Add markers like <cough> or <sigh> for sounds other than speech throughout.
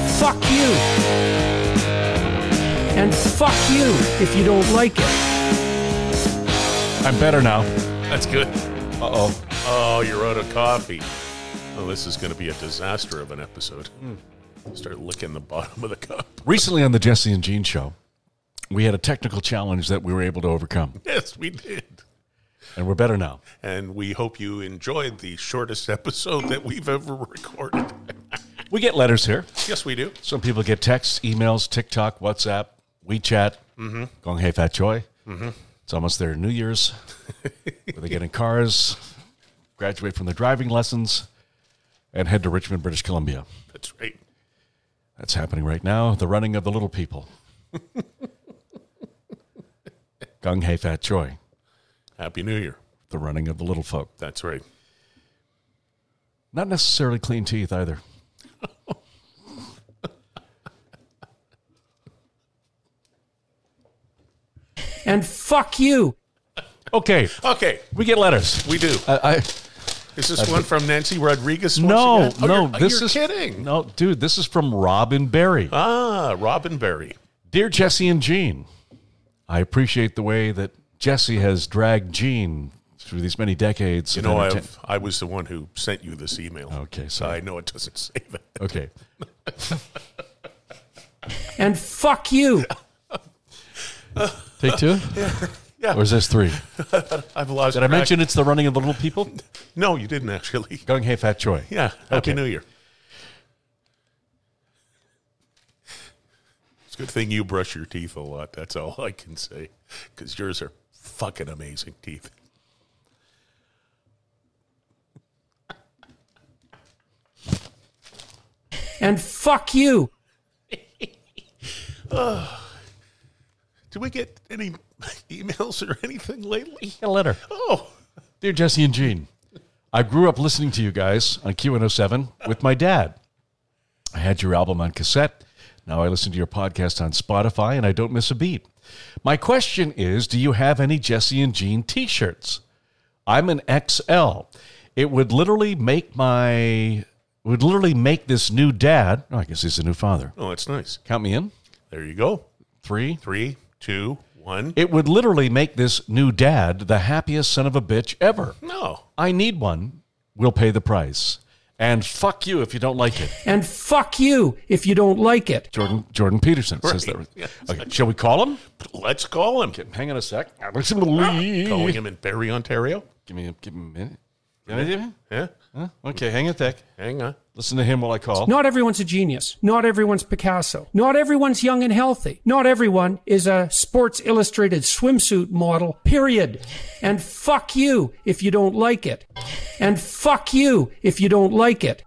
you. And fuck you if you don't like it. I'm better now. That's good. Uh oh. Oh, you're out of coffee. Well, this is going to be a disaster of an episode. Hmm. Start licking the bottom of the cup. <laughs> Recently on the Jesse and Gene show, we had a technical challenge that we were able to overcome, Yes, we did. and we're better now. And we hope you enjoyed the shortest episode that we've ever recorded. We get letters here. yes, we do. Some people get texts, emails, TikTok, WhatsApp, WeChat, going, hey, Fat Joy. It's almost their New <laughs> Year's. where they get in cars, graduate from their driving lessons, and head to Richmond, British Columbia. That's right. That's happening right now. The running of the little <laughs> people. Gung Hey Fat Joy. Happy New Year. The running of the little folk. That's right. Not necessarily clean teeth either. And fuck you. Okay, Okay, we get letters. we do. I, I Is this one from Nancy Rodriguez? once no, again? Oh, no. you're, this you're is kidding. No, dude, this is from Robin Berry. Ah, Robin Berry. Dear Jesse and Jean, I appreciate the way that Jesse has dragged Jean through these many decades. You of know, entertain- I've, I was the one who sent you this email. Okay, so sorry. I know it doesn't <laughs> say that. okay. And fuck you. Take two. <laughs> Yeah. Or is this three? I've lost. Did I mention it's the running of the little people? No, you didn't actually. <laughs> Gung Hey Fat Joy. Yeah. Happy Okay. New Year. It's a good thing you brush your teeth a lot. That's all I can say, because yours are fucking amazing teeth. And fuck you. Do we get any <laughs> emails or anything lately? Got a letter. Oh, Dear Jesse and Jean, I grew up listening to you guys on Q107 with my dad. I had your album on cassette. Now I listen to your podcast on Spotify and I don't miss a beat. My question is Do you have any Jesse and Jean t shirts? I'm an XL. It would literally make my. Would literally make this new dad. Oh, I guess he's a new father. oh, that's nice. Count me in. There you go. Three. Three, two, one. It would literally make this new dad the happiest son of a bitch ever. No. I need one. We'll pay the price. And fuck you if you don't like it. And fuck you if you don't like it. Jordan Jordan Peterson says that. Right. Yeah, Okay, shall we call him? Let's call him. Hang on a <laughs> sec. Calling Give him in Barrie, Ontario. me a, give him a minute. Can I do it? Yeah. Huh? Okay, hang a sec. Hang on. Listen to him while I call. Not everyone's a genius. Not everyone's Picasso. Not everyone's young and healthy. Not everyone is a Sports Illustrated swimsuit model, period. And fuck you if you don't like it. And fuck you if you don't like it.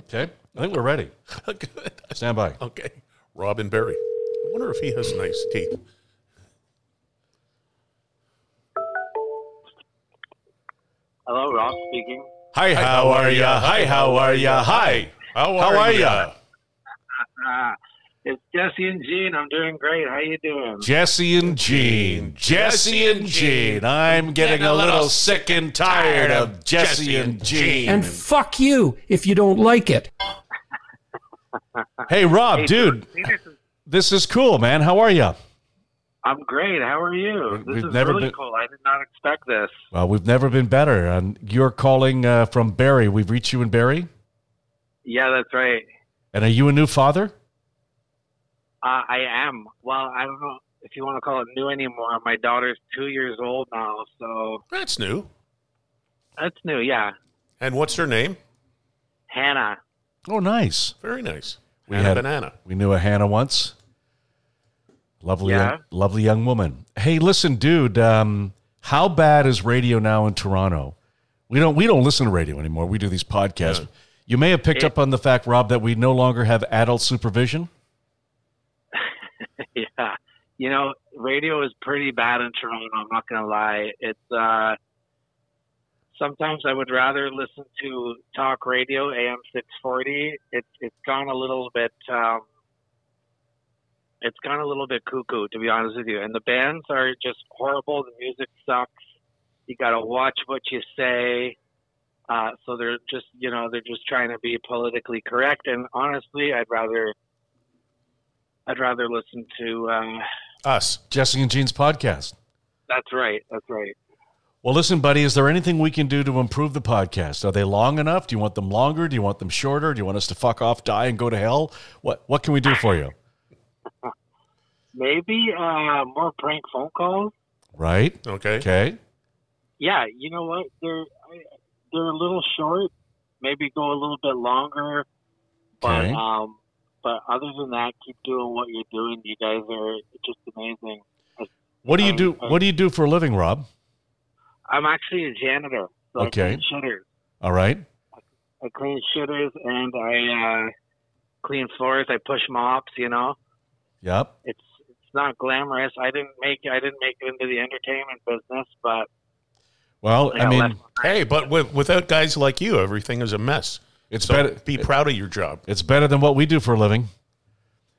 Okay, I think we're <laughs> ready. Good. Stand by. Okay. Robin Berry. I wonder if he has nice teeth. Hello, Rob speaking. Hi, how are ya? Hi, how are ya? Hi, how are, ya? Ah, it's Jesse and Gene. I'm doing great. How you doing? Jesse and Gene. Jesse and Gene. I'm getting a little sick and tired of Jesse and Gene. And fuck you if you don't like it. Hey, Rob, dude, this is cool, man. How are you? I'm great. How are you? This We've is never really been- cool. I did not expect this. Well, we've never been better. And you're calling uh, from Barry. We've reached you in Barry. Yeah, that's right. And are you a new father? Uh, I am. Well, I don't know if you want to call it new anymore. My daughter's two years old now, so That's new. that's new. Yeah, And what's her name? Hannah. Oh, nice. Very nice. We We Hannah had- Banana. We knew a Hannah once. Lovely, Yeah. young, lovely young woman. Hey, listen, dude. Um, how bad is radio now in Toronto? We don't we don't listen to radio anymore. We do these podcasts. You may have picked up on the fact, Rob, that we no longer have adult supervision. <laughs> yeah, you know, radio is pretty bad in Toronto. I'm not gonna lie. It's uh, sometimes I would rather listen to talk radio, AM 640. It's it's gone a little bit. Um, it's gone a little bit cuckoo, to be honest with you. And the bands are just horrible. The music sucks. You got to watch what you say. Uh, so they're just, you know, they're just trying to be politically correct. And honestly, I'd rather I'd rather listen to. Uh, Us. Jesse and Jean's podcast. that's right. That's right. Well, listen, buddy, is there anything we can do to improve the podcast? Are they long enough? Do you want them longer? Do you want them shorter? Do you want us to fuck off, die, and go to hell? What What can we do for you? Maybe uh, more prank phone calls. Right? Okay. Okay. Yeah, you know what? They're I- they're a little short. Maybe go a little bit longer. But Okay. um, but other than that, keep doing what you're doing. You guys are just amazing. What Um, do you do? What do you do for a living, Rob? I'm actually a janitor. So Okay. I clean shitters. All right. I clean shitters and I uh, clean floors. I push mops. You know, Yep. it's it's not glamorous. I didn't make I didn't make it into the entertainment business, but Well, I I got mean, left. Hey, but with, without guys like you, everything is a mess. it's So better. be proud of your job. It's better than what we do for a living.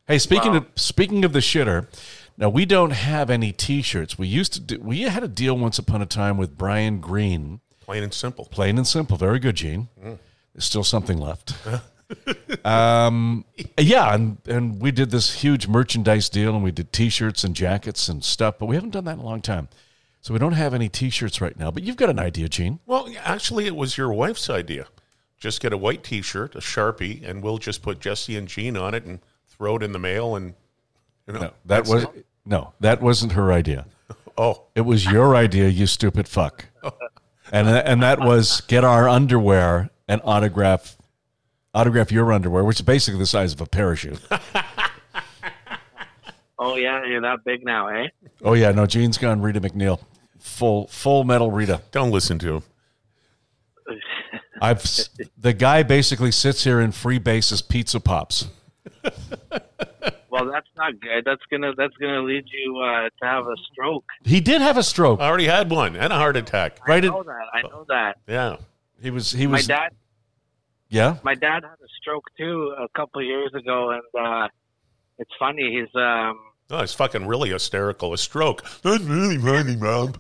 Hey, speaking of speaking of the shitter, now we don't have any T-shirts. We used to do, we had a deal once upon a time with Brian Green, Plain and simple. plain and simple. Very good, Gene. There's still something left. um, yeah, and and we did this huge merchandise deal, and we did T-shirts and jackets and stuff, but we haven't done that in a long time. So we don't have any T-shirts right now. But you've got an idea, Gene. Well, actually, it was your wife's idea. Just get a white T-shirt, a sharpie, and we'll just put Jesse and Jean on it and throw it in the mail. And you know, No, that that's was it. no, that wasn't her idea. oh, It was your idea, you stupid fuck. And and that was get our underwear and autograph autograph your underwear, which is basically the size of a parachute. oh yeah, you're that big now, eh? Oh yeah, no, Gene's gone Rita McNeil. Full full metal Rita. don't listen to him. I've s- the guy basically sits here and freebases pizza pops. Well, that's not good. That's gonna that's gonna lead you uh, to have a stroke. He did have a stroke. I already had one and a heart attack. Right I in, know that. I know that. Yeah. he was he My was dad yeah. my dad had a stroke too a couple of years ago, and uh, it's funny. He's um, Oh, it's fucking really hysterical. A stroke. That's really funny, Rob.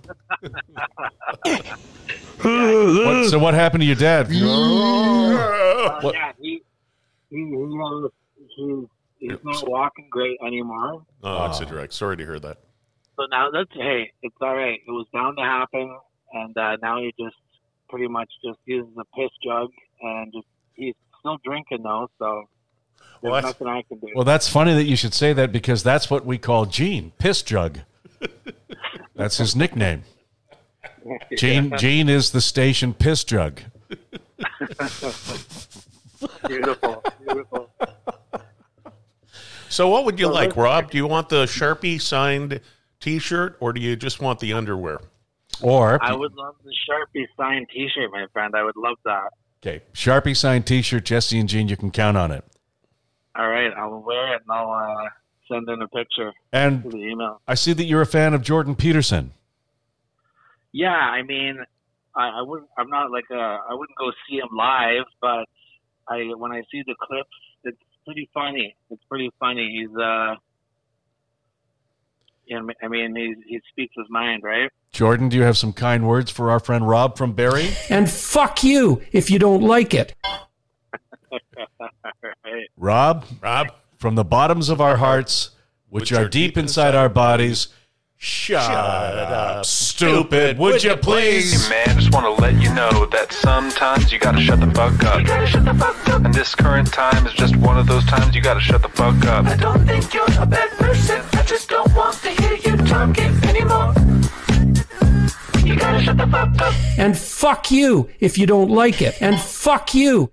What, so what happened to your dad? uh, What- yeah he he he, uh, he he's not walking great anymore. Oh, it's a direct. Sorry to hear that. So now that's hey, it's all right. It was bound to happen, and uh, now he just pretty much just uses a piss jug and just he's still drinking though. So there's What? nothing I can do. Well, that's funny that you should say that because that's what we call Gene, Piss Jug. That's his nickname. <laughs> Gene, Gene is the station Piss Jug. beautiful, beautiful. So, what would you like, Rob? Do you want the Sharpie signed T-shirt, or do you just want the underwear? Or, I would love the Sharpie signed T-shirt, my friend. I would love that. okay, Sharpie signed t shirt, Jesse and Gene, you can count on it. All right, I'll wear it and I'll uh, send in a picture to And the email. I see that you're a fan of Jordan Peterson. Yeah, I mean, I, I wouldn't. I'm not like a. I wouldn't go see him live, but I when I see the clips, it's pretty funny. It's pretty funny. He's uh, you know, I mean, he he speaks his mind, right? Jordan, do you have some kind words for our friend Rob from Barry? And fuck you if you don't like it. Right. Rob, Rob, from the bottoms of our hearts, which, are, deep inside, our bodies, shut, up, stupid. Would, you please? Hey, man, just want to let you know that sometimes you gotta shut the fuck up. You gotta shut the fuck up. And this current time is just one of those times you gotta shut the fuck up. I don't think you're a bad person. I just don't want to hear you talking anymore. You gotta shut the fuck up. And fuck you if you don't like it. And fuck you